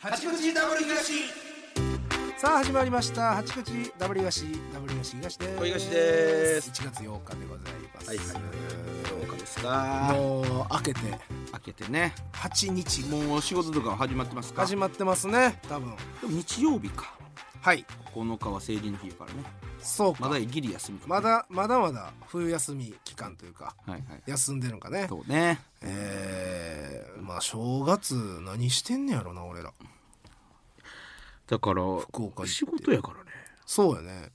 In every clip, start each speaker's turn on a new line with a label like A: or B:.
A: 八口ダブル東
B: さあ始まりました八口ダブル東ダブル東東です
A: 小東です
B: 1月8日でございます、
A: はいはいどうかですか
B: もう明けて
A: 開けてね
B: 8日
A: もう仕事とか始まってますか
B: 始まってますね多分
A: でも日曜日か
B: はい
A: 9日は成人の日やからね
B: そうか
A: まだギリ休みか
B: まだまだまだ冬休み期間というか
A: はいはい
B: 休んでるんかね
A: そうね
B: えー、まあ正月何してんねやろな俺ら
A: だから
B: 福岡行って
A: 仕事やからね
B: そうやね、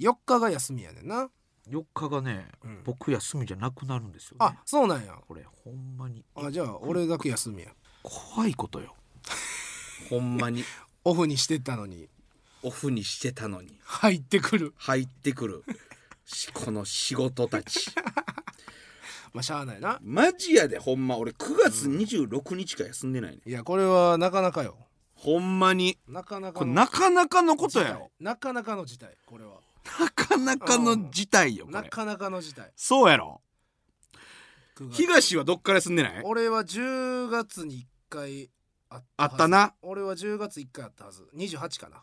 B: 4日が休みやねんな
A: 4日がね、
B: ん
A: 僕休みじゃなくなるんですよ、ね、
B: あそうなんや
A: これほんまに
B: あじゃあ俺だけ休みや
A: 怖いことよ ほんまに
B: オフにしてたのに
A: オフにしてたのに
B: 入ってくる
A: 入ってくるしこの仕事たち
B: まあしゃあないな
A: マジやでほんま俺9月26日か休んでないね、
B: いやこれはなかなかよ
A: ほんまに
B: なかなか
A: これ
B: の
A: なかなかのこ
B: 事
A: と
B: 態
A: やろ
B: なかなかの事態これは
A: なかなかの事態よこ
B: な
A: れ
B: かなかの事態
A: そうやろ
B: 9月
A: 東はどっから休んでない
B: 俺は10月に1回あった
A: あ
B: は
A: っ
B: ず
A: たな
B: 俺は10月1回あったはず28かな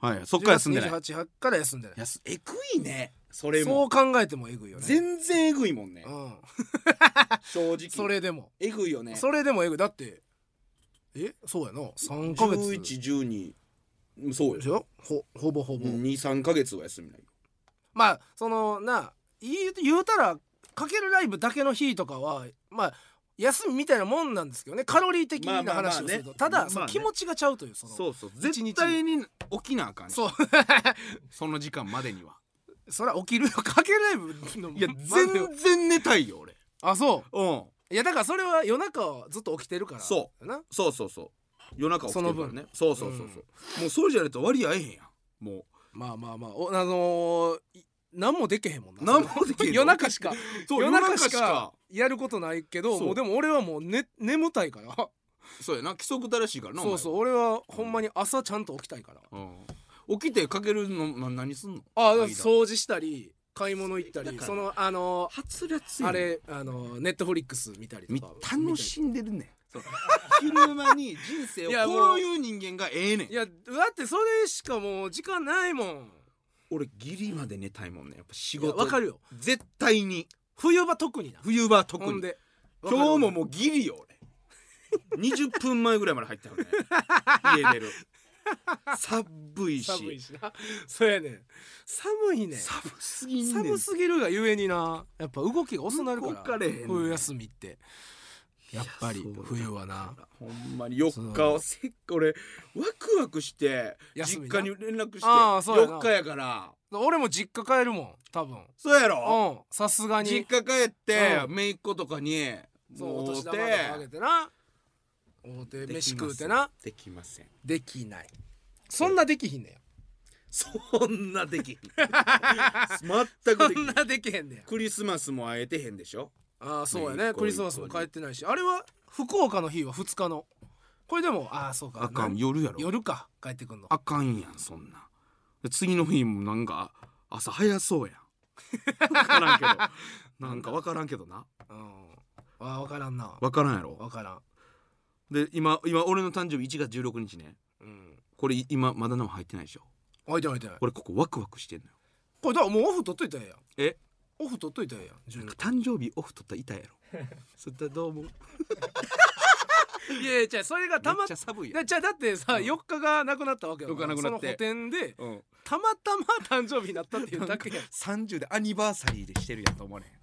A: はいそっから休んでない
B: 28から休んでない
A: やすえぐいねそれ
B: そう
A: も
B: 考えてもえぐいよね
A: 全然えぐいもんね
B: うん、
A: 正直
B: それでも、
A: えぐいよね
B: それでもえぐいだってえそうやな3ヶ月
A: 1112そう
B: で
A: よ
B: しょほほぼほぼ、
A: 23か月は休みない
B: まあそのな言う言うたらかけるライブだけの日とかはまあ休みみたいなもんなんですけどねカロリー的な
A: まあまあまあ
B: 話
A: ね
B: をするとただ、
A: まあ
B: そ
A: まあ
B: の
A: ね
B: 気持ちがちゃうというその
A: そうそう
B: 一日
A: 絶対に起きなあかんし
B: そう
A: その時間までには
B: そりゃ起きるよかけるライブの
A: い や
B: まあでも
A: 全然寝たいよ俺
B: あそ
A: うん
B: ういやだからそれは夜中はずっと起きてるから
A: そう
B: な
A: そうそうそう夜中起きてるからねそうそうそうそう、もうそうじゃないと割合えへんやんも
B: まあまあまあおあのーい何もできへんもんな
A: う何もできへん
B: 夜中し か
A: そう
B: 夜
A: 夜
B: 中
A: 中し
B: しか
A: か
B: やることないけど
A: そう
B: もうでも俺はもう、ね、眠たいから
A: そうやな規則正しいからな
B: そうそう
A: う、
B: 俺はほんまに朝ちゃんと起きたいから、
A: お前うん、起きてかけるのな何すんの
B: あ
A: 間
B: 掃除したり買い物行った
A: だ
B: り
A: から
B: そのあの
A: はつらつやん
B: あれあのネットフリックス見たりと
A: み
B: か
A: 楽しんでるねんそう昼間に人生を
B: いやもう
A: こういう人間がええねん
B: いやだってそれしかもう時間ないもん
A: 俺ギリまで寝たいもんねやっぱ仕
B: いや
A: 事
B: わかるよ
A: 絶対に
B: 冬場特にな
A: 冬場は特
B: ほん
A: に
B: で
A: 今日もも
B: う
A: うギリよ俺20分前ぐらいまで入ったよね家出 る寒いし
B: 寒いしなそうやねん寒いねん
A: 寒すぎんねん
B: 寒すぎるがゆえになやっぱ動きが遅なるから
A: 動かれへんねん
B: 冬休みってやっぱり
A: いやそうだ
B: 冬はな
A: ほんまに4日をせっ俺ワクワクして
B: 休
A: 実
B: みな
A: 家に連絡して
B: ああそうやな
A: 4日やから
B: 俺も実家帰るもん多分
A: そうや
B: う
A: ろ
B: んさすがに
A: 実家帰って
B: う
A: 姪っ子とかに
B: そうお
A: もう
B: 年
A: て
B: 玉とかあげてなおて
A: できません
B: 飯食うてな
A: できません
B: できないそんなできひんねんよ
A: そんなできひん全く
B: そ
A: できひ
B: ん
A: ん
B: なできへんねん
A: クリスマスも会えてへんでしょ
B: ああそうや
A: ね
B: ね
A: 一個
B: クリスマスも帰ってないしあれは福岡の日は2日のこれでもああそうか
A: あかん
B: な
A: 夜やろ
B: 夜か帰ってくんの
A: あかんやんそんなで次の日もなんか朝早そうやんわからんけ どなんかわからんけどな
B: うんあ分からんな
A: わからんやろ
B: 分からん
A: で今今俺の誕生日1月16日ね
B: うん
A: これ今まだ何も入ってないでしょ
B: 開いてない開いてない
A: 俺ここワクワクしてんのよ
B: これだからもうオフ取っといたらええやん
A: え
B: オフ取っといたらええやん
A: なん か
B: 16
A: 誕生日オフ取ったら痛い やろそれどうも
B: いやいやじゃあそれがた
A: め
B: ま
A: っちゃ寒いや
B: だ
A: ん
B: じゃあだってさ4日がなくなったわけだから
A: 四日なくなって
B: その補填で
A: うん、
B: たまたま誕生日になったっていうだけやん
A: 30でアニバーサリーでしてるやんと思われへん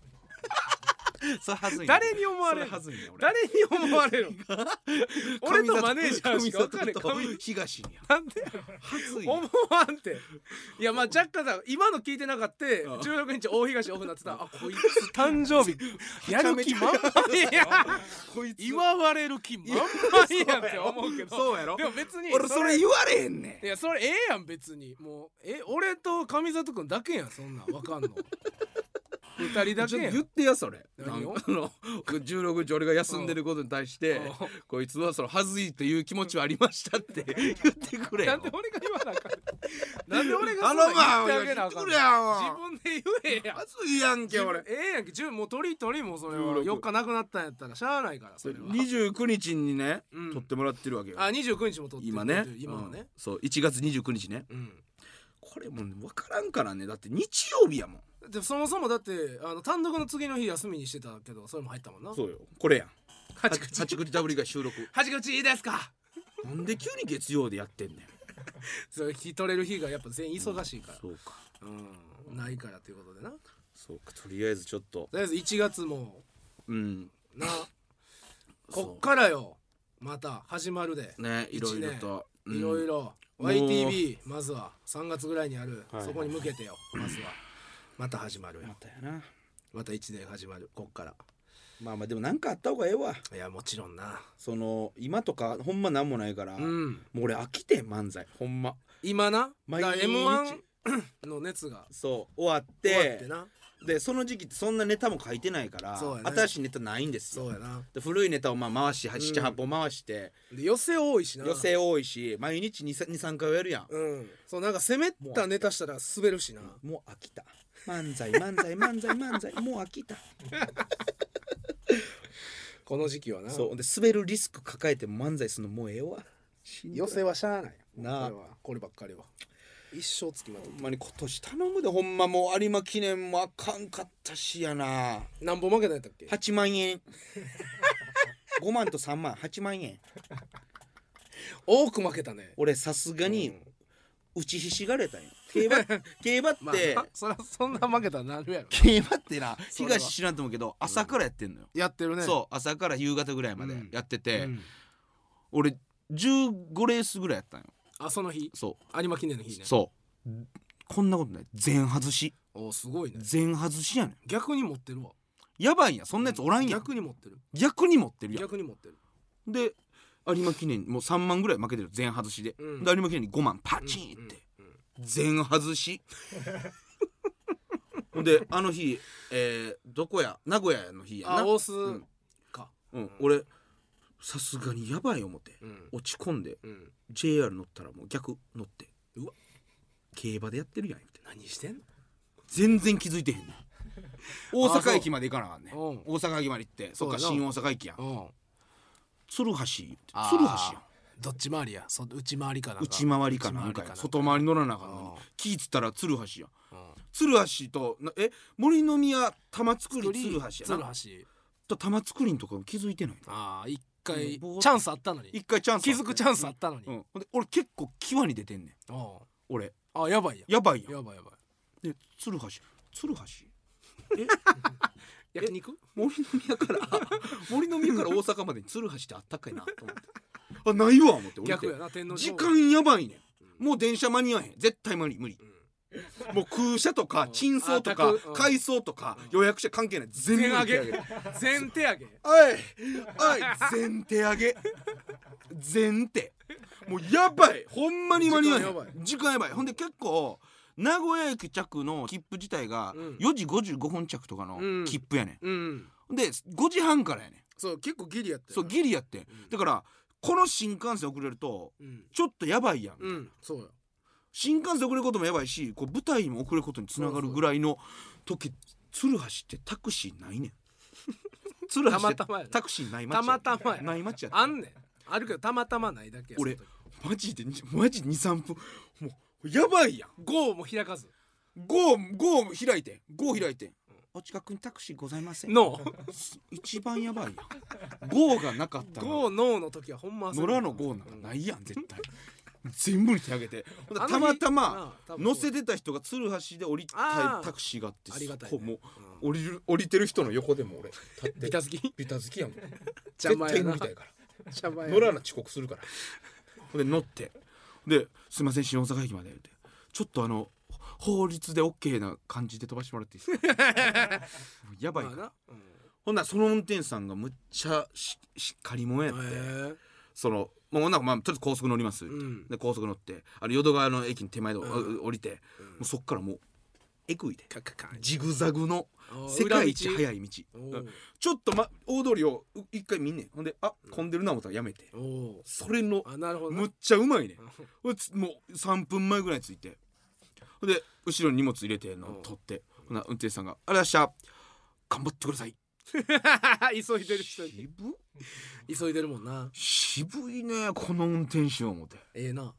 A: それはずいねん
B: 誰に思われる
A: そはずいねん俺
B: 誰に思わ れる俺とマネージャーしか分かれへん
A: 上里と東にや
B: なんで
A: はずいねん
B: 思わんていやまあ若干だ今の聞いてなかった
A: うん
B: 16日大東オフなってたあこいつ誕生 日やる気満々や
A: こいつ
B: 祝われる気満々やんって思うけど
A: そうやろ
B: でも別に
A: 俺それ言われへんね
B: いやそれええやん別にもうえ俺と上里くんだけやんそんなんわ かんの二人だ
A: ん
B: けやん
A: 言ってやそれ
B: 何を
A: なんかあの16日俺 が休んでることに対して
B: うん
A: こいつはそのはずいという気持ちはありましたって言ってくれ
B: な
A: よ
B: んで俺が言わなあかんなんで俺が
A: あ
B: そん
A: の
B: なん言
A: まあ
B: ってあげなあかんの
A: 来るやんおい
B: 自分で言えや
A: まずいやんけ俺
B: 自分ええやんけ十もう取り取りもうそれは
A: 16
B: 4日なくなったんやったらしゃあないからそれは
A: 29日にね、
B: うん
A: 撮ってもらってるわけよ
B: あ29日も取って
A: 今ね
B: 今はね
A: うんそう1月29日ね
B: うん
A: これもう分からんからねだって日曜日やもん
B: でそもそもだってあの単独の次の日休みにしてたけどそれも入ったもんな
A: そうよこれやん
B: 八
A: 八
B: 口
A: 口ダブリが収録
B: 八口いいですか
A: なんで急に月曜でやってんねん
B: それ聞き取れる日がやっぱ全員忙しいから
A: そうか
B: うんないからということでなと
A: そうかとりあえずちょっと
B: りあえず1月も
A: うん
B: なこっ
A: そ
B: からよまた始まるで
A: うねいろいろと、うん
B: いろいろ
A: もう
B: YTV まずは3月ぐらいにある
A: はい
B: そこに向けてよまずはまた始まる
A: ま
B: よ
A: たやな
B: また1年始まるこっから
A: まあまあでもなんかあった方がええわ
B: いやもちろんな
A: その今とかほんまなんもないから、
B: う
A: もうん俺飽きてん漫才ほんま
B: 今な
A: 毎日
B: m 1の 熱が
A: そう終わっ
B: 終わっててな
A: でその時期ってそんなネタも書いてないから、
B: そうやね
A: 新しいネタないんですよ
B: そうやな
A: で古いネタをまあ回し
B: うん
A: 78本回して、
B: で寄せ多いしな
A: 寄せ多いし毎日23回はやるやん、
B: うんそうなんか攻めたネタしたら滑るしな
A: もう飽きた漫才漫才漫才漫才もう飽きた
B: この時期はな
A: そうで滑るリスク抱えて漫才するのもうええわしんどい
B: 寄せはしゃあない
A: なあ
B: これはこればっかりは一生つきまとっ
A: ほ
B: て
A: んまに今年頼むでほんまもう有馬記念もあかんかったしやな
B: 何本負けたんやったっけ
A: 8万円5万と3万8万円
B: 多く負けたね
A: 俺さすがに打ちひしがれたんよ 競馬競馬って、
B: まあなそりゃそんな負けたらなるやろな
A: 競馬ってな
B: それは
A: 東知らんと思うけど朝からやってんのよ、
B: やってるね
A: そう朝から夕方ぐらいまで
B: うん
A: やって
B: う
A: て、
B: ん
A: 俺15レースぐらいやったんよ
B: あその日
A: そ
B: 有馬記念の
A: う、
B: 日ね
A: そうこんなことない全外し
B: おすごいね
A: 全外しやねん
B: 逆に持ってるわ
A: やばいんやそんなやつおらんやん逆
B: 逆に持ってる
A: に持ってるやん
B: 逆に持ってる
A: で有馬記念もう3万ぐらい負けてる全外しで,で、
B: うん
A: 有馬記念に5万パチンっ
B: うんう
A: て、
B: ん
A: 全外 しほんであの日、えーどこや名古屋の日やな
B: あ大須
A: ん
B: か
A: うん、俺さすがにやばい思て
B: うん
A: 落ち込んで
B: うん
A: JR 乗ったらもう逆乗って
B: うわ
A: 競馬でやってるやんみたいな
B: 何してんの
A: 全然気づいてへん ねん大阪駅まで行かなあかんねん
B: そう
A: 大阪駅まで行ってそっか
B: そうや
A: 新
B: な
A: 大阪駅やん
B: うん
A: 鶴橋言って
B: あー
A: 鶴橋やん
B: どっち回りやそ内回りかなんか
A: 内回りかなんかや外回り乗らなあかんのに
B: あー
A: 気ぃつったら鶴橋やん
B: うん
A: 鶴橋となえ森の宮玉造り鶴橋や
B: 鶴
A: な
B: 橋
A: と玉造りんとかも気づいてない
B: ああ一回チ
A: もう
B: ャンスあったのに
A: 一回チャンス
B: 気づくチャンスあ
A: っ
B: ったのに
A: た、うん、ほんで俺結構際に出てんねん
B: あ
A: 俺
B: あやばいや
A: やばいやん
B: やばいやばい
A: で鶴橋鶴橋
B: 焼肉
A: 森の宮から森の宮から大阪までに鶴橋ってあったかいなと思って あないわ思って俺
B: 逆やな天皇
A: 時
B: 寺
A: 間やばいねんもう電車間に合わへん絶対無理無理もう空車とか
B: うん
A: 陳葬とか
B: あ宅うん
A: 改装とか予約者関係ない全部
B: 全上
A: 手
B: げ
A: 上げる
B: 全手上げ
A: おいおい全手上げ全手もうやばいほんまに間に合わへ
B: 時間やば
A: ん
B: い
A: 時間やばいほんで結構名古屋駅着の切符自体が
B: うん
A: 4時55分着とかの
B: うん
A: 切符やねん
B: うん
A: で5時半からやねん
B: そう結構ギリやったよ
A: そうギリやって
B: うん
A: だからこの新幹線遅れると
B: うん
A: ちょっとやばいやん、
B: うんそうよ
A: 新幹線遅れることもやばいしこう舞台も遅れることにつながるぐらいの時鶴橋ってタクシ ーないねん鶴橋った
B: ま
A: て
B: たまやな
A: タクシーない街
B: た
A: や
B: またまや
A: ない街やった
B: あんねんあるけどたまたまないだけや
A: 俺
B: その時
A: マジでにマジ23分もうやばいやん
B: ゴーも開かず
A: ゴーゴー開いてゴー開いてお近くにタクシーございません
B: ノー
A: 一番やばいやんゴーがなかったの
B: ゴーノーの時はほんま
A: 野良のゴーなんかないやん絶対全部に手挙げてほんで
B: あの日
A: たまたま
B: なあ多分
A: 乗せてた人が鶴橋で降りた
B: あー
A: いタクシーがあって
B: ありがたい
A: そ
B: ね
A: こも
B: う
A: う降りる降りてる人の横でも俺立って
B: ビタ 好き
A: ビタ好きやもん
B: 邪魔やな
A: 絶対乗りたいから
B: 邪魔や
A: 乗らな遅刻するからほんで乗ってで「すいません新大阪駅まで」ってちょっとあの法律で OK な感じで飛ばしてもらっていいですか もうやばい
B: まあ
A: から
B: なうん
A: ほんならその運転手さんがむっちゃししっかり者やって、
B: へえ
A: そのもうなんかまあとりあえず高速乗ります、
B: うん
A: で高速乗ってあの淀川の駅の手前で、
B: うん
A: お降りて、もうそっからもうえぐいで
B: カッカッカン
A: ジグザグの世界一速い道
B: おー
A: ちょっと、ま、大通りをう一回見んねんほんであ混んでるな思ったらやめて
B: おー
A: それの
B: あなるほどな
A: むっちゃうまいねんほいつもう3分前ぐらいに着いてほんで後ろに荷物入れてんの
B: うん
A: 取ってほな運転手さんが「ありがとうございました頑張ってください」
B: 急いでる人に
A: 渋
B: 急いでるもんな
A: 渋いねこの運転手思って
B: ええな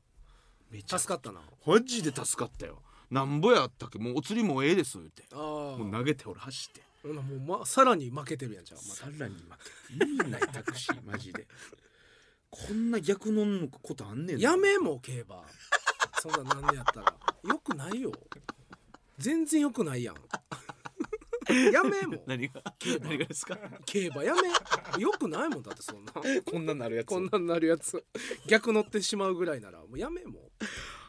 A: めちゃ
B: 助かったな
A: マジで助かったよなんぼやったっけもうお釣りもええです言って
B: あー
A: もう投げて俺走って
B: ほなもう、ま、さらに負けてるやんじゃん、また、
A: らに負けて意味ないタクシーマジでこんな逆のんのことあんねんな
B: やめもう競馬そんなんなんねやったらよくないよ全然よくないやん やめもう
A: 何が何がですか
B: 競馬やめよくないもんだってそんな
A: こんなんなるやつ
B: こんなんなるやつ逆乗ってしまうぐらいならもうやめもう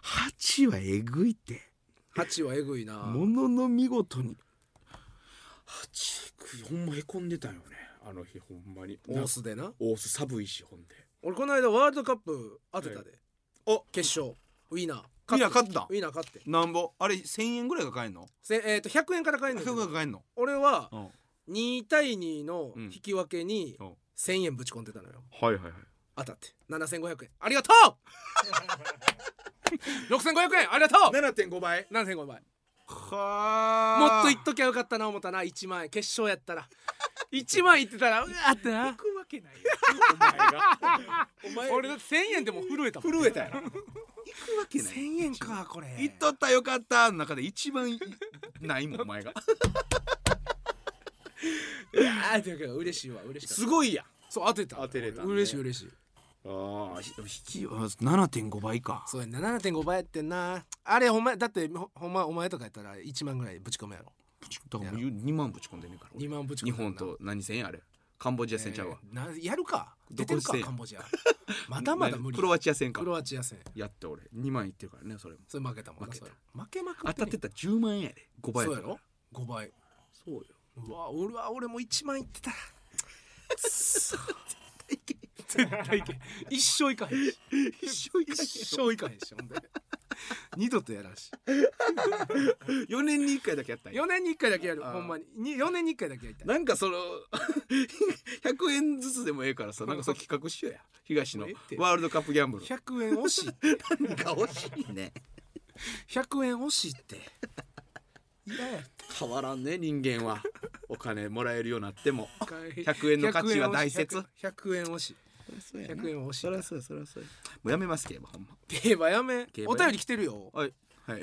A: 八はえぐいって
B: 8はえぐいな
A: ものの見事に八ほんまへこんでたよねあの日ほんまに
B: オースでな
A: オース寒いしほんで
B: 俺この間ワールドカップ当てたで、
A: はいお
B: 決勝ウィーナー
A: ウィーナー勝った
B: ウィーナー勝って
A: なんぼあれ1000円ぐらいが買えんの
B: せ、えー、と100円から買えんねんけ
A: 100円
B: ど
A: が買えんの
B: 俺は
A: うんは
B: 2対2の
A: うん
B: 引き分けに
A: うん
B: 1000円ぶち込んでたのよ
A: いはいはい
B: 当たって7500円ありがと う6500円ありがとう
A: 7.5倍
B: 7500倍
A: は
B: もっと
A: い
B: いっときゃよかったな思ったな1万円決勝やったら1万いってたらうわーってな
A: くわけない やんお前がお前
B: 俺だって1000円でも震えたもん
A: 震えたやろ行くわけない
B: 1000円かこれ
A: 行っとったよかったの中で一番いないもんお前が
B: あーというか嬉しいわ嬉しかった
A: すごいや
B: そう当てた
A: 当てれたね
B: 嬉しい嬉しい
A: ああ引きは7.5倍か
B: そうやな7.5倍やってんなあれほんまだってほほんまお前とかやったら1万ぐらいぶち込むやろ
A: ぶちだからもう2万ぶち込んでねえから俺
B: 2万ぶち込む
A: 日本と何千円あれカンボジア戦ちゃうわ、
B: えーなやるか出
A: ど
B: てる
A: こ一
B: か
A: 戦
B: カンボジアまだまだ無理
A: クロアチア戦か
B: クロアチア戦
A: やって俺2万いってるからねそれも
B: それ負けたもんな
A: 負けた
B: それ負けまく
A: 当たってたら10万円やで5倍
B: そう
A: か
B: や
A: ら
B: ろ5倍
A: そうよ
B: うわ俺は俺も1万いってたらくっそ絶対いけん一生いかへんし
A: 一生いか
B: 一生いかへんしほんで二度とやらんし
A: 4年に1回だけやったんや
B: 4年に1回だけやる
A: あー
B: ほんまにに4年に1回だけやりたい
A: なんかその100円ずつでもええからさなんかその企画しようや東の
B: もうええって
A: ワールドカップギャンブル
B: 100円惜しいって
A: なんか惜しいね
B: 100円惜しいっていやや
A: 変わらんね人間 はお金もらえるようになっても
B: 100
A: 100円の価値は大切
B: 100円惜しい
A: そりゃ
B: 100円惜しい
A: そりゃそうやそりゃそうやもうやめますけどほんま
B: 競馬やめ
A: 競馬や
B: お便り来てるよ
A: はい。はい。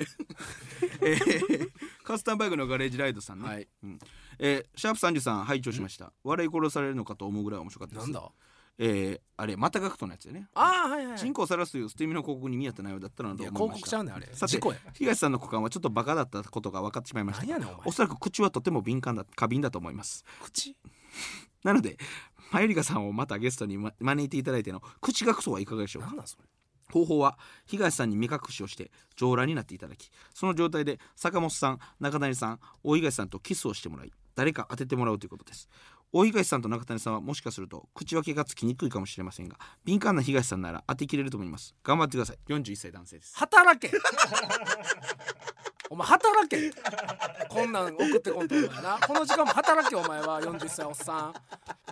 A: えーカスタムバイクのガレージライドさんね。
B: はい
A: うん。えーシャープ三十三拝聴しました。笑い殺されるのかと思うぐらい面白かったです。
B: なんだ。
A: えーあれまたガクトのやつよね。
B: ああはいはい
A: 人口を晒すという捨て身の広告に見合った内容だったの
B: い
A: で
B: や
A: 思い
B: 広
A: まし
B: 告
A: た
B: ちゃうねんあれ
A: さて
B: 事故や
A: 東さんの股間はちょっとバカだったことが分かってしまいました
B: 何やねんお前
A: おそらく口はとても敏感だ過敏だと思います
B: 口
A: なのでマユリカさんをまたゲストにま招いていただいての口ガクトはいかがでしょうか
B: なんなんそれ
A: 方法は東さんに目隠しをして上裸になっていただきその状態で坂本さん中谷さん大東さんとキスをしてもらい誰か当ててもらうということです大東さんと中谷さんはもしかすると口分けがつきにくいかもしれませんが敏感な東さんなら当てきれると思います頑張ってください41歳男性です
B: 働けお前働けこんなん送ってこんとお前なこの時間も働けお前は40歳おっさん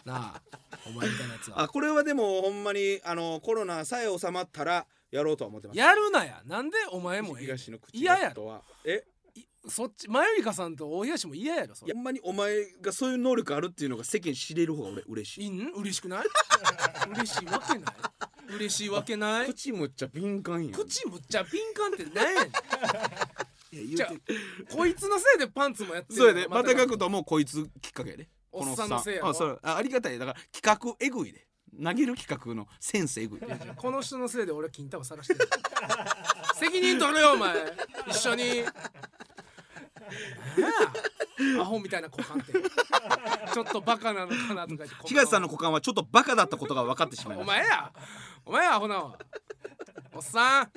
B: なあお前みたいなやつは
A: これはでもほんまにあのコロナさえ収まったらやろうとは思ってま
B: やるなやなんでお前もええ
A: の
B: 嫌やろ
A: はえ
B: そっちマユリカさんと大東も嫌やろそれ
A: ほんまにお前がそういう能力あるっていうのが世間知れる方が俺嬉し
B: いん嬉しくない嬉しいわけない嬉しいわけない
A: 口むっちゃ敏感やん
B: 口むっちゃ敏感って何やねん
A: い
B: じ
A: や
B: ゃ
A: 言うて
B: あこいつのせいでパンツもやってん
A: そう
B: の
A: やでまた書くともうこいつきっかけやで
B: お
A: こ
B: っさんのせいやろ
A: あそうあありがたいだから企画えぐいで投げる企画のセンスえぐい
B: いやじゃあこの人のせいで俺は金玉探してる責任取れよお前一緒になんやアホみたいな股間ってちょっとバカなのかなとか言って
A: 東さんの股間はちょっとバカだったことが分かってしまい
B: お
A: まし
B: 前やお前やアホなわおっさん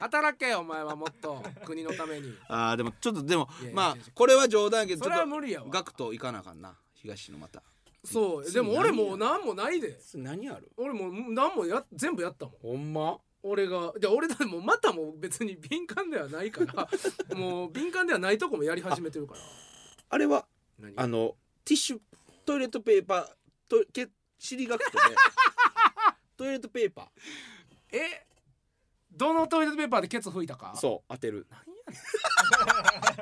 B: 働けよお前はもっと国のために
A: たあーでもちょっとでも
B: いやいや
A: まあ
B: 違う違う
A: これは冗談やけど
B: そ
A: ち
B: れは
A: ょ
B: 無
A: っ
B: 理やわ
A: とガクといかなあかんな東のまた
B: そうでも俺もう何もないで
A: 何ある
B: 俺もう何もや全部やったもん
A: ほんま
B: お俺がで俺だってもうまたもう別に敏感ではないからもう敏感ではないとこもやり始めてるから
A: あれは
B: 何
A: あのティッシュトイレットペーパーとけ尻がくと ねトイレットペーパ
B: えどのトイレットペーパーでケツ拭いたか
A: ーそう当てる
B: なんやねん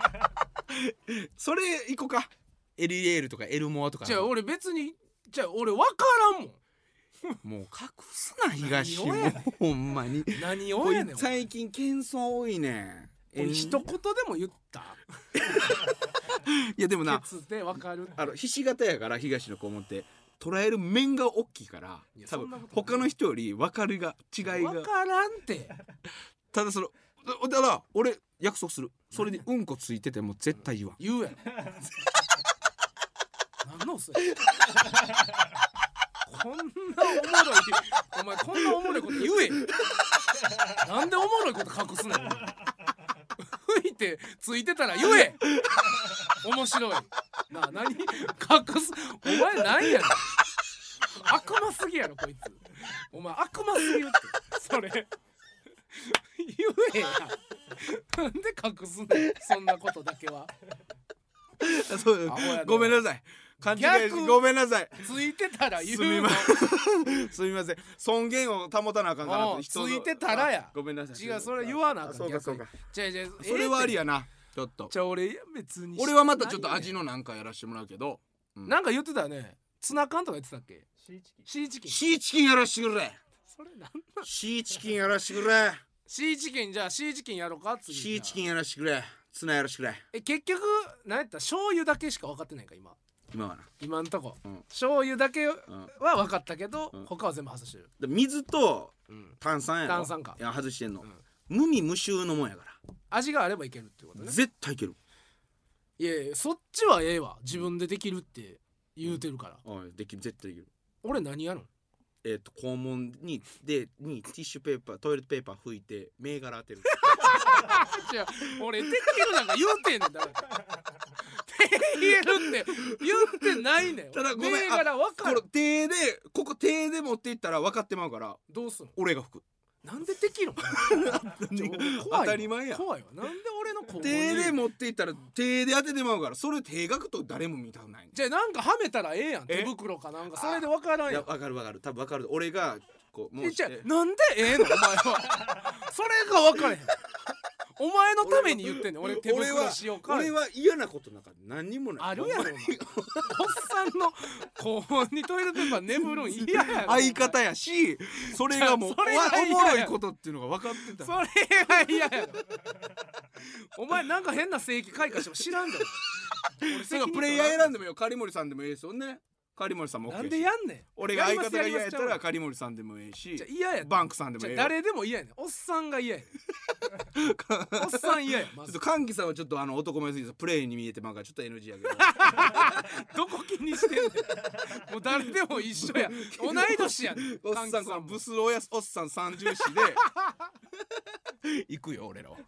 A: それ行こうかエリエールとかエルモアとか
B: じゃあ俺別にじゃあ俺分からんもん
A: もう隠すな東
B: 何を
A: も
B: や
A: う
B: ね
A: ほんまに
B: 何をやねん
A: こいつ最近謙遜多いね
B: お前
A: ん
B: 一言でも言った
A: いやでもな
B: ケツで分かる
A: あのひし形やから東の子もって捉える面が大きいから
B: いや
A: 多
B: そんなこ
A: 分
B: とない
A: 他の人より分かるが違い
B: 分
A: が
B: からんって
A: ただそのだだから俺約束するそれにうんこついてても絶対言わん
B: 言うやん 何のそれこんなおもろいお前こんなおもろいこと言えよなんでおもろいこと隠すの吹いてついてたら言え面白いなあ何隠すお前なんやねん悪魔すぎやろこいつお前悪魔すぎるってそれ言えやなんで隠すねんそんなことだけは
A: そう
B: アホやな
A: ごめんなさい勘違いし
B: 逆
A: ごめんなさい
B: ついてたら言う
A: すみ
B: の
A: ますみません尊厳を保たなあかんから
B: う
A: と
B: ん
A: 人の
B: ついてたらや
A: あごめんなさい
B: 違うそれは言わなあかん
A: あそうか
B: 逆
A: そ
B: に
A: うか
B: 違う違う
A: それはあり
B: や
A: やなちょっと
B: じゃあ俺別に
A: 俺はまたちょっと味
B: の
A: のなんかやらしてもらうけど
B: なんか言ってたよねツナ缶とか言ってたっけ
C: シーチキン
B: シーチキン
A: シーチキンやらしてくれ
B: それなん
A: シーチキンやらしてくれ
B: シーチキンじゃあシーチキンやろうか次
A: シーチキ
B: ン
A: ンやらしてくれツナやらしてくれ
B: え結局何やった醤油だけしか分かってないんか今
A: 今はな
B: 今んとこ、
A: うん
B: 醤油だけは
A: うん
B: 分かったけど、
A: うん
B: 他は全部外してる、
A: で水と
B: うん
A: 炭酸やろ
B: 炭酸か
A: いや外してんの、
B: うん
A: 無味無臭のもんやか
B: 味があればいけるってこと
A: ら、
B: ね
A: 絶対いける
B: いやいやそっちはええわ自分でできるって言うてるから、
A: おいできる絶対できる
B: 俺何やるん
A: えっ、と肛門にでにティッシュペーパートイレットペーパー拭いて銘柄当てる
B: 違う俺テキルなんか言うてんねんだからテキルって言ってないねん
A: ただごめん
B: 銘柄分か
A: これ
B: る
A: 手でここ手で持っていったら分かってまうから
B: どうすんの
A: 俺が拭く
B: なんでテキ ル
A: 当たり前や
B: 怖いわなんで俺の子
A: 手で持っていったら手で当ててまうからそれ手がくと誰も見たくないねん
B: じゃあなんかはめたらええやん
A: え
B: 手袋かなんかそれで分からん
A: い
B: や
A: や
B: ん
A: 分かる分かる多分分かる俺がこうも
B: え
A: う
B: じ
A: し
B: ゃあ
A: て
B: なんでええのお前は それが分からへんお前のために言ってんねん俺手
A: 俺は
B: 袋しようか
A: 俺は嫌なことなんか何にもない
B: あるやろお前おっさんの肛門にトイレットペーパー眠るん嫌やろ
A: 相方やしそれがもう
B: じゃあそれが嫌や
A: おおもろいことっていうのが分かって
B: そ
A: た
B: れは嫌やろお前なんか変な正規開花しても知らん じゃん俺
A: それがプレイヤー選んでもいいよ狩森さんでもいいですよね狩森さんも OK
B: なんでやんねん
A: 俺が相方が嫌やった
B: りま
A: ら
B: すや
A: 狩森さんでもいいし
B: りますじゃあ嫌や
A: バンクさんで
B: じ
A: も
B: ゃ
A: い
B: あ
A: いよ
B: 誰でも嫌やねんおっさんが 嫌やねんおっさん嫌やま
A: ちょっ
B: ず
A: と歓喜さんはちょっとあの男前すぎてプレイに見えてまうからちょっと NG やけど
B: どこ気にしてんねんもう誰でも一緒や同い年やねん
A: おっさ
B: 歓
A: ん
B: 喜
A: この
B: も
A: ブスおやすおっさん34で行くよ俺らは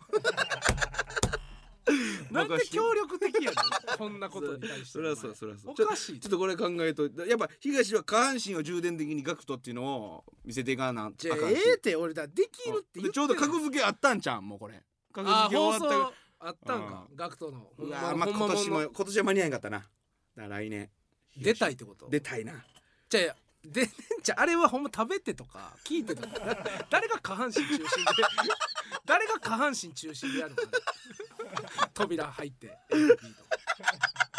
B: なんで協力的やねんこんなことに対して
A: そりゃそうそりゃそう
B: おかしい
A: ちょっとこれ考えとやっぱ東は下半身を充電的にガクトっていうのを見せていかなあかんし
B: じゃあええって俺だできるって言ってんね
A: で
B: ん
A: ちょうど格付けあったんちゃうんもうこれ格
B: あ
A: 付け
B: 放
A: 終わった
B: 送あったんか
A: う
B: ガクトの
A: うわーまあ
B: ほんま
A: 今年も
B: ほんま
A: 今年は間に合いんかったなだから来年
B: 出たいってこと
A: 出たいな
B: じゃあでじゃああれはほんま食べてとか聞いてとか だ誰が下半身中心で誰が下半身中心でやるのかな扉入って ABB とか やるわけないやん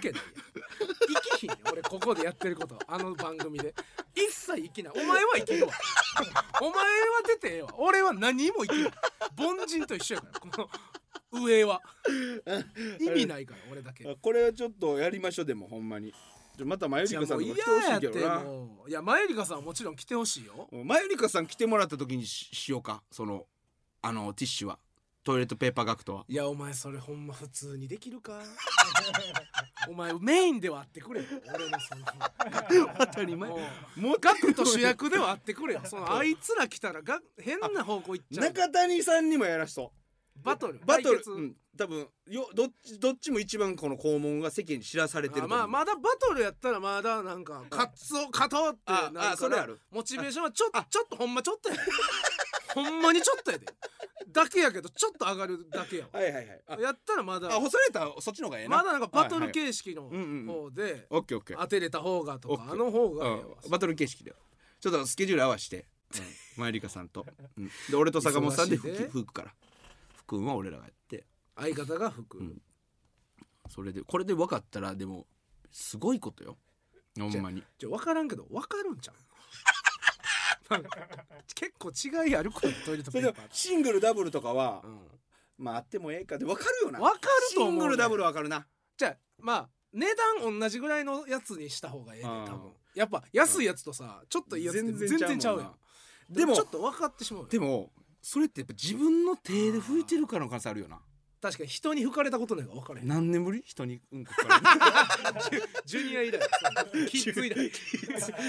B: 生きひんねん俺ここでやってることあの番組で一切生きないお前は生きるわお前は出てええわ俺は何も生きない凡人と一緒やからこの上は意味ないから俺だけ
A: これはちょっとやりましょうでもほんまにちょまたマユ
B: い
A: リ
B: や
A: カさ
B: も
A: ん
B: う
A: とか
B: 嫌
A: 来てほし
B: や
A: い
B: っ
A: け
B: て
A: どな
B: もういやマユリカさんはもちろん来てほしいよ
A: マユリカさん来てもらった時にししようかそのあのティッシュはトイレットペーパーガクトはい
B: やお前それほんま普通にできる かお前メインではあってくれよ俺のその
A: 当たり
B: もう
A: もう
B: ガクと主役ではあってくれ よそのあいつら来たらが変な方向行っちゃう
A: 中谷さんにもやらしそ
B: バトル
A: うバト
B: 対
A: ル、
B: 決
A: うん多分よどっちどっちも一番この肛門が世間に知らされてると
B: あ
A: 思う
B: まあまだバトルやったらまだなんか勝つを勝とうってな
A: あ
B: る
A: あ
B: か
A: それ
B: ら
A: ある
B: モチベーションはちょっとちょっとほんまちょっとやで ほんまにちょっとやでだけやけどちょっと上がるだけやわ
A: はいはいはいあ
B: やったらまだ
A: あ細れたらそっちの方がええな
B: まだなんかバトル
A: はいはい
B: 形式の
A: うんうんうん
B: 方で
A: オッケーオッケー
B: 当てれた方がと
A: オッ
B: か
A: ケー
B: あの方がええわ
A: うんバトル形式でちょっとスケジュール合わしてマユリカさんと、うん、で俺と坂本さんで
B: 忙しい
A: 吹
B: ね
A: き吹くから福君は俺らがやって
B: 相方が服
A: んそれでこれで分かったらでもすごいことよほんまに
B: じゃ分からんけど分かるんちゃう なんか結構違いあるこれトイレットペーパー
A: シングルダブルとかは
B: と、うん
A: まああってもええかで分かるよな
B: 分かると思う、
A: シングルダブル分かるな
B: じゃあまあ値段同じぐらいのやつにした方がええね
A: うん
B: 多分やっぱ安いやつとさ、ちょっといいやつって全然ちゃうやん
A: で
B: でも
A: も
B: ちょっと分かってしまうよ
A: でもそれってやっぱ自分の手で拭いてるからの可能性あるよな
B: 確かに人に吹かれたことないから分からへん
A: 何年ぶり人にうんこ吹かれる
B: ジュニア以来 キッズ以 来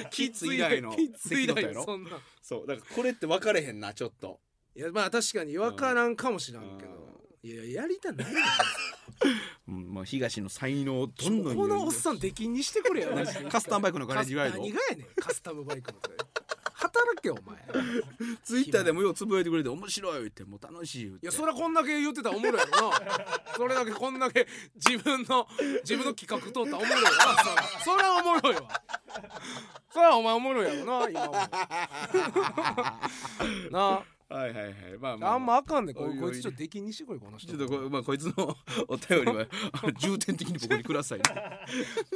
A: キッズ以来の
B: キッズ以
A: 関
B: 来
A: のやろ
B: そんな
A: そうだからこれって分かれへんなちょっと
B: いやまあ確かに分からんかもしらんけど、いややりたないよ
A: うんまあ東の才能を どんどん
B: このおっさん出禁にしてくれよマジで
A: カスタムバイクのガレージワイド
B: 何がやねんカスタムバイクのとか働けお前い
A: ツイッターでもようつぶやいてくれて面白い言ってもう楽しい言って
B: やそりゃこんだけ言ってたらおもろいやろなそれだけこんだけ自分の自分の企画通ったらおもろいよなそれはおもろいわそれはお前おもろいやろな今 もな
A: はいはいはいまあまあ、
B: あんまあかんねんこ
A: おいおい
B: こいつちょっと出禁にしてこいこの人
A: ちょっとこ,、まあ、こいつのお便りはあの重点的にここにくだ さい、ね、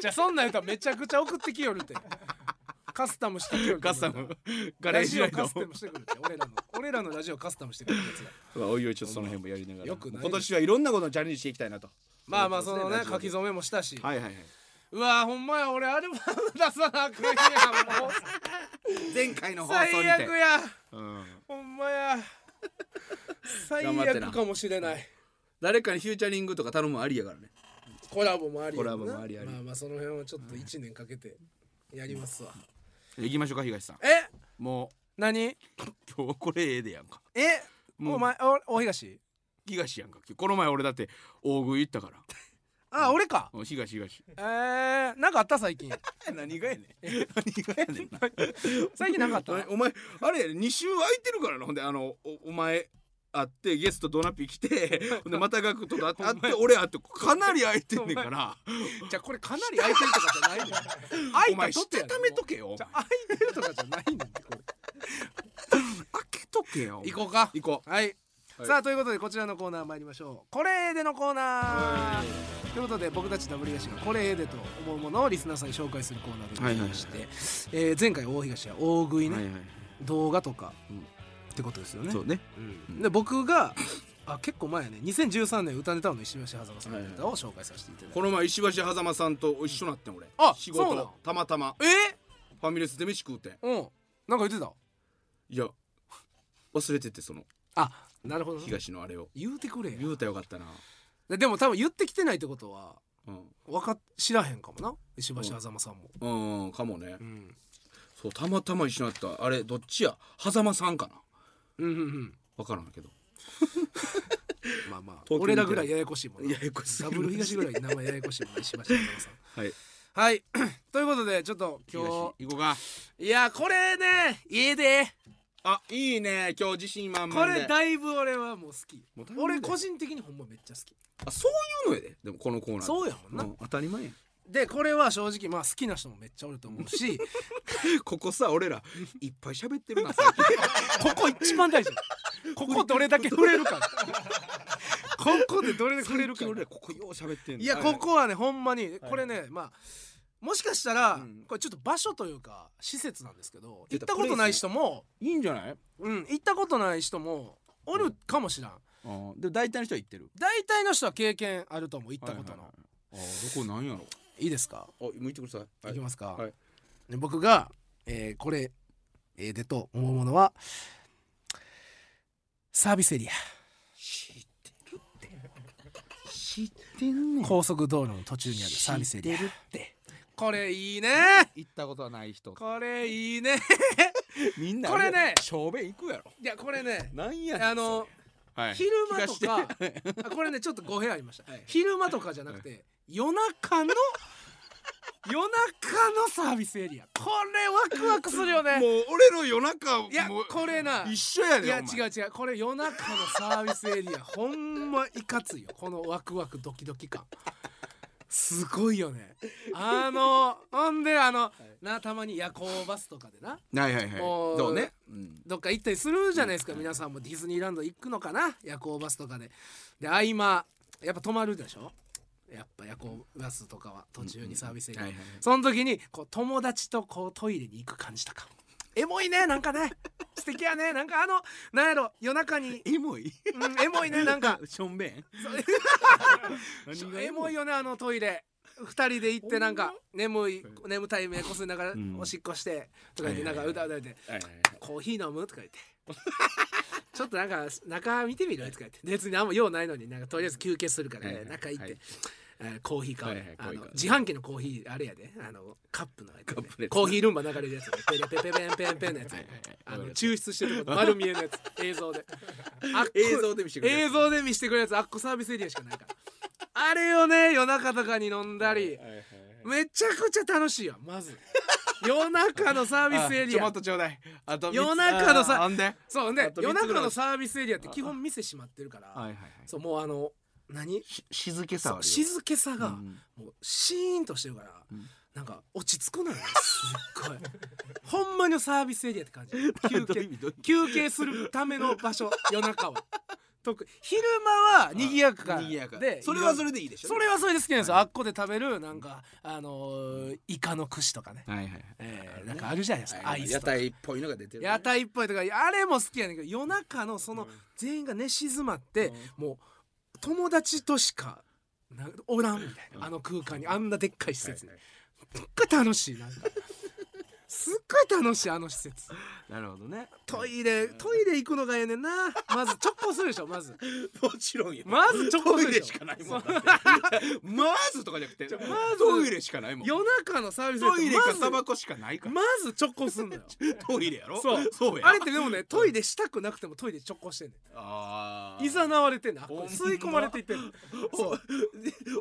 B: じゃあそんなん言うたらめちゃくちゃ送ってきよるってカスタムしてきよるって
A: カスタムガレ
B: ラ
A: ージ
B: ジ
A: ワ
B: オ
A: イド
B: カスタムしてくるって俺らの俺らのラジオカスタムしてくるやつが
A: まあおいおいちょっとその辺もやりながら
B: よくない
A: 今年はいろんなことをチャレンジしていきたいなと
B: まあまあそのね
A: そう
B: 書
A: で
B: き
A: すラジオで
B: 初めもしたし、
A: はいはいは
B: うわーほんまや俺アルバム出さなあ かんやんもう
A: い前回の放送に
B: 最
A: て
B: 悪や
A: うん、
B: ほんまや最
A: 頑張って
B: 悪
A: な
B: かもしれない
A: 誰かにフューチャリングとか頼むもありやからね
B: コラボもありやんな
A: コラボもありあり
B: まあまあその辺はちょっと1年かけてやりますわ、
A: 行きましょうか東さん
B: え
A: も
B: 何
A: う今日はこれええでやんか
B: え
A: もう
B: お前おお東
A: 東やんかこの前俺だって大食い行ったから
B: あ俺か
A: うん東東
B: えー、なんかあった最近
A: 何がやねん何がやねんな
B: 最近なんかあった
A: お前あれや2週空いてるからなほんであのおお前会ってゲストドナピ来 てほんでまたガクトと会って会って俺会ってかなり空いてんねんから
B: じゃあこれかなり空いてるとかじゃない ねん空
A: お前
B: とっ
A: してて
B: やろ
A: ためとけよ
B: じゃあ空いてるとかじゃないねんこれ
A: 開けとけよ
B: 行こうか
A: 行こ
B: はい、
A: はい
B: さあということでこちらのコーナー参りましょうこれでのコーナーということで僕たちダブル東がこれでと思うものをリスナーさんに紹介するコーナーでございまして、えー前回大東は大食いね、動画とか、
A: うん
B: ってことですよね
A: そうね
B: で僕があ結構前やね2013年歌ネタ王の石橋狭間さんのネタを紹介させていただいて、
A: この前石橋狭間さんと一緒なってん俺
B: あ
A: 仕
B: そうなん
A: 事たまたま
B: え
A: ファミレスで飯食うてん
B: うんなんか言ってた
A: いや忘れててその
B: あなるほどね、
A: 東のあれを
B: 言うてくれ
A: 言うたらよかったな
B: やでも多分言ってきてないってことは
A: う
B: わかっ知らへんかもな石橋狭間さんも、
A: んうんかもね
B: うん
A: そうたまたま一緒になったあれどっちや狭間さんかな
B: うんうんうん
A: 分からんけど
B: まあまあ
A: 東京
B: 俺らぐらいややこしいもんな
A: ややこしす
B: ダ
A: ぎる
B: ブル東ぐらい名前ややこしいもんね石橋さん
A: はい
B: はいということでちょっと今
A: 東行こうか
B: 日いやこれね家で
A: あいいね今日自信満
B: こ
A: 々で
B: れだいぶ俺はもう好き
A: もうだいぶ
B: 俺個人的にほんまめっちゃ好き
A: あそういうのやででもこのコーナー
B: そうやもんな
A: うん 当たり前や
B: でこれは正直まあ好きな人もめっちゃおると思うし
A: ここさ俺らいっ ぱい喋ってるな最近
B: ここ一番大事ここどれだけ触れるかここでどれだけ触れるか
A: 俺らここよう喋ってんの
B: いや
A: はは
B: ここはねほんまにこれねまあもしかしたら
A: うん
B: これちょっと場所というか施設なんですけど
A: 出
B: 行ったたことない人も
A: いいんじゃない
B: うん行ったことない人もおるかもしらん
A: あでも大体の人は言ってる
B: 大体の人は経験あると思う行ったことの
A: はいはいはいあどこなんやろ
B: いいですか
A: あ向いてください
B: いきますか
A: はい
B: ね僕がえーこれえーでと思うものはサービスエリア
A: 知ってるって知ってんねん
B: 高速道路の途中にあるサービスエリア
A: 知ってるって
B: これいいね
A: 行ったことはない人
B: これいいね
A: みんな
B: これね
A: 小便行くやろ
B: いやこれね
A: なんやねん
B: あの
A: はい
B: 昼間とか
A: 聞せて
B: あこれねちょっと語弊ありました、
A: はい
B: 昼間とかじゃなくて夜中 の夜中のサービスエリアこれワクワクするよ
A: も
B: ね
A: う俺の夜中
B: いや
A: もう
B: これな
A: 一緒やで
B: いや
A: お
B: 違
A: 前
B: う違うこれ夜中のサービスエリアほんまいかついよこのワクワクドキドキ感すごいよねあのほんであの、なたまに夜行バスとかでな
A: はいはいはい
B: もう
A: どうね、うん
B: どっか行ったりするじゃないですか皆さんもディズニーランド行くのかな夜行バスとかでで合間やっぱ泊まるでしょやっぱ夜行バスとかは途中にサービスエリア、
A: はいはい
B: その時にこう友達とこうトイレに行く感じとかエモいねなんかね素敵やねなんかあのなんやろ夜中に、
A: エモい
B: うん、エモ いねなんか
A: しょんべん
B: そうエモいよねあのトイレ二人で行ってなんか眠い眠たい目こすりながら
A: うん
B: おしっこしてとか言ってなんかうだうだ言って
A: はいはい
B: コーヒー飲むとか言ってちょっとなんか中見てみるとか言って別にあんま用ないのになんかとりあえず休憩するから、
A: はいはい
B: 中行って、
A: はい
B: えーコーヒー買うね、
A: はいはい
B: あの
A: コーヒー買う
B: 自販機のコーヒーあれやであのカップのやつや
A: カ
B: で、
A: ップのやつ
B: コーヒールンバ流れるやつやでペペペペンペンペンのやつやであの
A: はいはいはいわかる
B: 抽出してるとこ丸見えのやつ映像であっこ
A: 映像で見せてくれる
B: 映像で見せてくれるやつあっこサービスエリアしかないからあれをね夜中とかに飲んだり
A: はいはいはい
B: めちゃくちゃ楽しいよまず夜中のサービスエリア
A: あちょっとちょうだいあと三つ
B: 夜中のさ
A: あーあんではい
B: そうね
A: あと三
B: 夜
A: つぐら
B: 中
A: い
B: のサービスエリアって基本店閉まってるから、
A: はいはい
B: そうもうあの何
A: し静け
B: そ
A: さはあ
B: う
A: るよ
B: 静けさが、
A: うん
B: もうシーンとしてるから、
A: ん
B: なんか落ち着くのよねすっ ごいほんまにサービスエリアって感じ休
A: どうい
B: 憩
A: う意味どういう意味
B: 休憩するための場所 夜中は特昼間は賑やか
A: 賑やか
B: で
A: それはそれでいいでしょ
B: それはそれで好きなんですよ、あっこで食べるなんかあのーイカの串とかね、
A: はいはいはい
B: えーなんかあるじゃないですか、アイス
A: 屋
B: とか
A: 台っぽいのが出てるね
B: 屋台っぽいとかあれも好きやねんけど夜中のその全員が寝静まってもう友達としかなおらんみたいなあの空間にあんなでっかい施設にすっごい楽しいなんかすっごい楽しいあの施設
A: なるほどね
B: トイレトイレ行くのがええねんなまずチョコするでしょま ず
A: もちろんよ
B: まずチョコ
A: ト
B: す
A: イ
B: る
A: レ
B: で
A: し
B: し
A: か
B: ょ
A: ないもんだってまずとかじゃなくて
B: じゃまず
A: トイレしかないもん
B: 夜中のサービス
A: トイレか
B: ま
A: タ
B: ず
A: バコしかないから
B: まずチョコすんのよ
A: トイレやろ
B: そう
A: そうや
B: あれってでもねトイレしたくなくてもトイレチョコしてんね
A: あ
B: んいざ
A: な
B: なわれてんねんあっ
A: ほん
B: こ
A: ま
B: 吸い込まれていってんねん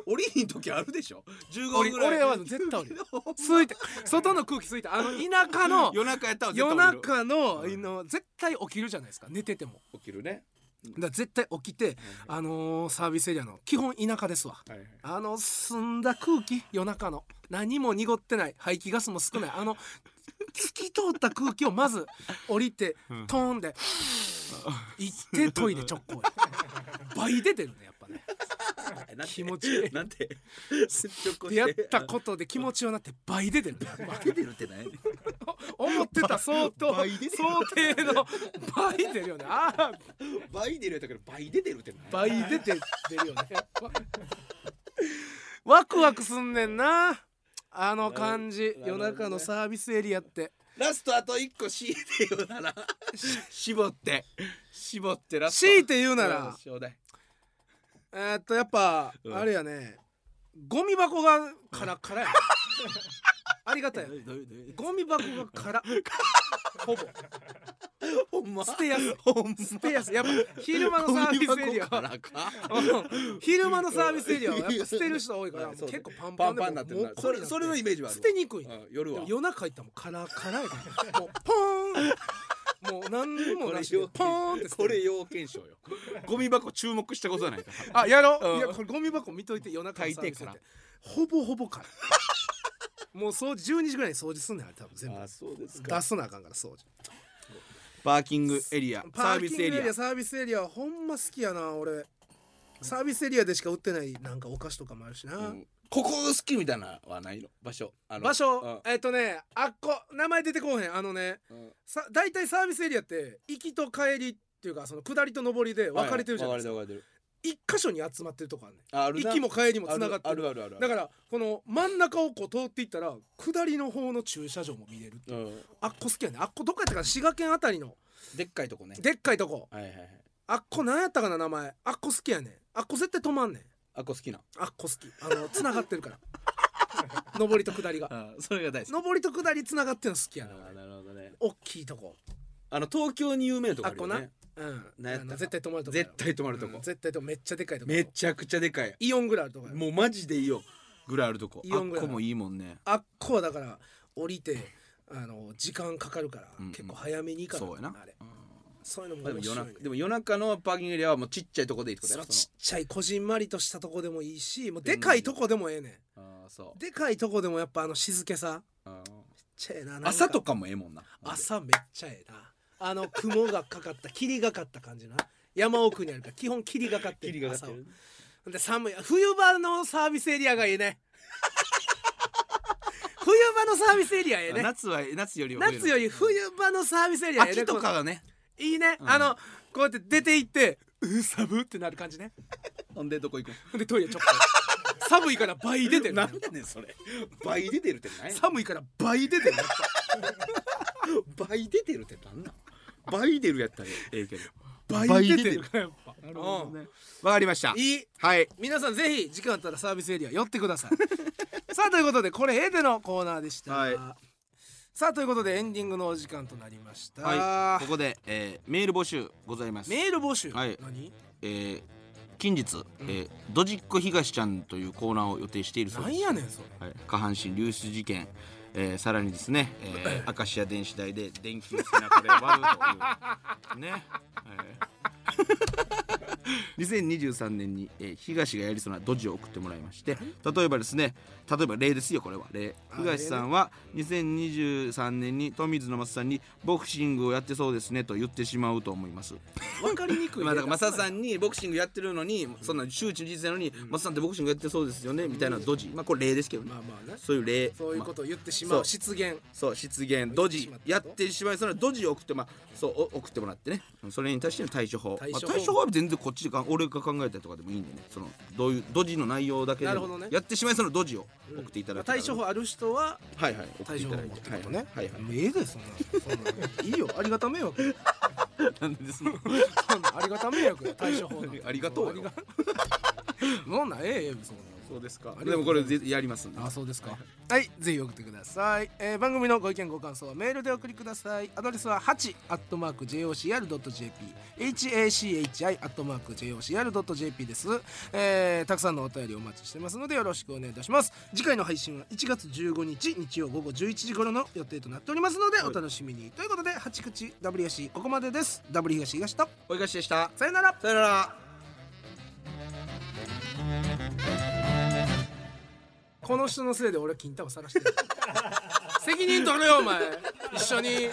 A: 降りひん時あるでしょ15
B: 俺
A: 分ぐらい
B: 俺は絶対俺吸いて外の空気吸いてあの田舎の
A: 夜中やったら絶
B: 夜
A: 対降りる
B: 中のあの絶対起きるじゃないですか寝てても
A: 起きるね
B: だから絶対起きてあのーサービスエリアの基本田舎ですわ
A: はいはい
B: あの澄んだ空気夜中の何も濁ってない排気ガスも少ないあの透き通った空気をまず降りて
A: うん
B: トーンで行ってトイレ直行や倍出てるねやっぱね気持ちいい
A: なんて
B: でやったことで気持ちよなって倍出てるねやっぱ
A: 出てるってない
B: 思ってた相当想
A: 倍出てる
B: 定の倍出るよねああ
A: 倍出るやったけど倍出てるってない
B: 倍出て出るよね ワクワクすんねんなあの感じ
A: なるほ
B: 夜
A: どね
B: 中のサービスエリアって
A: ラストあと一個強いて言うなら絞って絞ってラスト
B: 強いて言うなら
A: んちょうだい
B: えーっとやっぱ
A: うん
B: あれやねゴミ箱がカラカラや ねありがたいよね
A: どういうどういう
B: ゴミ箱がカラほぼ
A: ほんま
B: 捨てやすい
A: ほんま
B: 捨てやすいやっぱ昼間のサービスエリア
A: ゴミ箱か
B: は
A: ら か
B: うん昼間のサービスエリアはやっぱ捨てる人多いからもう結構パンパンで
A: になって
B: も
A: る
B: う
A: な
B: もう
A: それそれのイメージはある
B: 捨
A: わ
B: てにくい、
A: うん夜
B: で
A: は
B: も夜中行ったらもうカラカラやからもうポーンもう何にも
A: こ
B: な
A: れ
B: しで
A: 要
B: ポーンって捨て
A: こ
B: る
A: れ要検証 よゴミ箱注目したことはないから
B: あやろう、
A: うん
B: いやこれゴミ箱見といて夜中のサービスエリアっ
A: 大抵
B: てほぼほぼからもう掃除12時ぐらいに掃除すんねんあれ多分全部
A: あそうです
B: 出すなあかんから掃除
A: パーキングエリアサ
B: パ
A: ー
B: ー
A: ビ
B: キン
A: ス
B: グ
A: エ
B: エ
A: リア
B: リアサービスエリアはほんま好きやな俺サービスエリアでしか売ってないなんかお菓子とかもあるしな、
A: うんここ好きみたいなのはないの場所あの
B: 場
A: う
B: 所
A: ん
B: えっ、とねあっこ名前出てこうへんあのね
A: うん
B: さ大体サービスエリアって行きと帰りっていうかその下りと上りで分かれてるじゃないですか
A: 分かれてる分かれてる
B: 一箇所に集まってるとこあるね
A: あある
B: ん
A: な
B: 行きも帰りもつながって
A: あ
B: る
A: るあるあるある
B: だからこの真ん中をこう通っていったら下りの方の駐車場も見れるっていう
A: うん
B: あっこ好きやねあっこどっかやったかな滋賀県あたりの
A: でっかいとこね
B: でっかいとこ
A: はいはいはい
B: あっこなんやったかな名前あっこ好きやねんあっこ絶対止まんねん
A: あこ好きな
B: あっこ好きあのつながってるから 上りと下りが
A: あそれが大好き
B: 上りと下りつながってるの好きやな
A: あなるほどね
B: 大きいとこ
A: あの東京に有名なとこあるよ
B: あこ
A: ね
B: うん
A: 何やっ
B: あ
A: た
B: の絶対泊まるとこ
A: 絶対泊まるとこ、
B: うん絶対とめっちゃでかいとこ
A: めちゃくちゃでかい
B: イオンぐらいあるとこや
A: もうマジでいいよぐらいあるとこ
B: イオンぐらい
A: あっこもいいもんね
B: あっこはだから降りてあの時間かかるから、
A: うんうん
B: 結構早めに行か
A: そうやな
B: あれ
A: うん
B: そういうのも
A: でも
B: 面白
A: 夜
B: い、ね、
A: 中でも夜中のパーキングエリアはもうちっちゃいとこでいいってこと
B: そ
A: や
B: の
A: ろ
B: ちっちゃいこじんまりとしたとこでもいいしもうでかいとこでもええね
A: あーそ
B: んでかいとこでもやっぱあの静けさ
A: ううん
B: ちっちゃいななんか
A: 朝とかもええもんな
B: 朝めっちゃええなあの雲がかかった霧がかった感じな山奥にあるから基本霧がかってる
A: 霧がかって
B: 朝は
A: る
B: ほんで寒い冬場のサービスエリアがいい ね冬場のサービスエリアええね
A: 夏は夏よりは
B: 夏より冬場のサービスエリアええね
A: 秋とかがね
B: このいいね、
A: うん
B: あのこうやって出て行ってうサブってなる感じね
A: ほんでどこ行く
B: ほんでトイレちょっ と寒いから倍出てる
A: なんやねんそ れ倍で出るって何やね
B: 寒いから倍出てる
A: ん倍で出るってなんなん倍出るやったらええけど
B: 倍出てるからやっぱ
A: なるほどねわかりました
B: うんいい
A: はい
B: 皆さんぜひ時間あったらサービスエリア寄ってください さあということでこれええでのコーナーでした、
A: はい
B: さあということでエンディングのお時間となりました、
A: はいここでえーメール募集ございます
B: メール募集、
A: はい
B: 何
A: えー近日えードジッコ東ちゃんというコーナーを予定しているそう
B: な
A: で
B: ん
A: す
B: やねんそれ
A: はい、下半身流出事件、えーさらにですね、えー、明石家電子台で電気の背中で割るというね、はい、2023年に、えー東がやりそうなドジを送ってもらいまして例えばですね例えば例ですよこれは例
B: あ
A: 東さんは2023年に富水の松さんにボクシングをやってそうですねと言ってしまうと思います
B: わかりにくい
A: まあ、だからマサさ
B: ん
A: んにボクシングやってるのにそんな周知の事実なのにマサさんってボクシングやってそうですよねみたいなドジまあこれ例ですけどね
B: まあまあね
A: そういう例
B: そういうこ
A: まあ
B: とを言ってしまう、
A: そう
B: 失言
A: そう失言ドジ
B: 言ってしまっ
A: やった
B: と
A: てしまいそうなドジを送ってまあそうお送ってもらってねそれに対しての対処法
B: 対
A: 対
B: 処
A: 処,、
B: 法
A: まあ、対処法は全然こっちが俺が考えたりとかでもいいんでねそのどういうドジの内容だけ
B: な
A: で
B: るほど
A: も
B: ね
A: やってしまいそうなドジを送っていた
B: ま
A: だ
B: あ
A: けた
B: 対
A: ら
B: 処法ある人は
A: はいはい送っ
B: 対
A: てい
B: 処
A: た
B: 法
A: だ
B: っ
A: い
B: て
A: て
B: ことね、
A: はいはいはい
B: もうええでそんなのそんなのいいよありがた迷惑
A: なんでですの
B: そんなのありがた迷惑よ対処法なんて
A: ありがとうよ
B: ありがそんなんええええそんなの
A: そうですか
B: ありがとう
A: でもこれぜやりますんで
B: あそうですかはいぜひ送ってください、えー番組のご意見ご感想はメールでお送りくださいアドレスは8 jocr.jp hachi jocr.jp です、えーたくさんのお便りお待ちしてますのでよろしくお願いいたします次回の配信は1月15日日曜午後11時頃の予定となっておりますのでお楽しみに、ということで八口 W 東ここまでです W 東東と
A: おいがしでした
B: さよなら
A: さよなら
B: この人のせいで俺は金玉晒してる責任取れよお前一緒に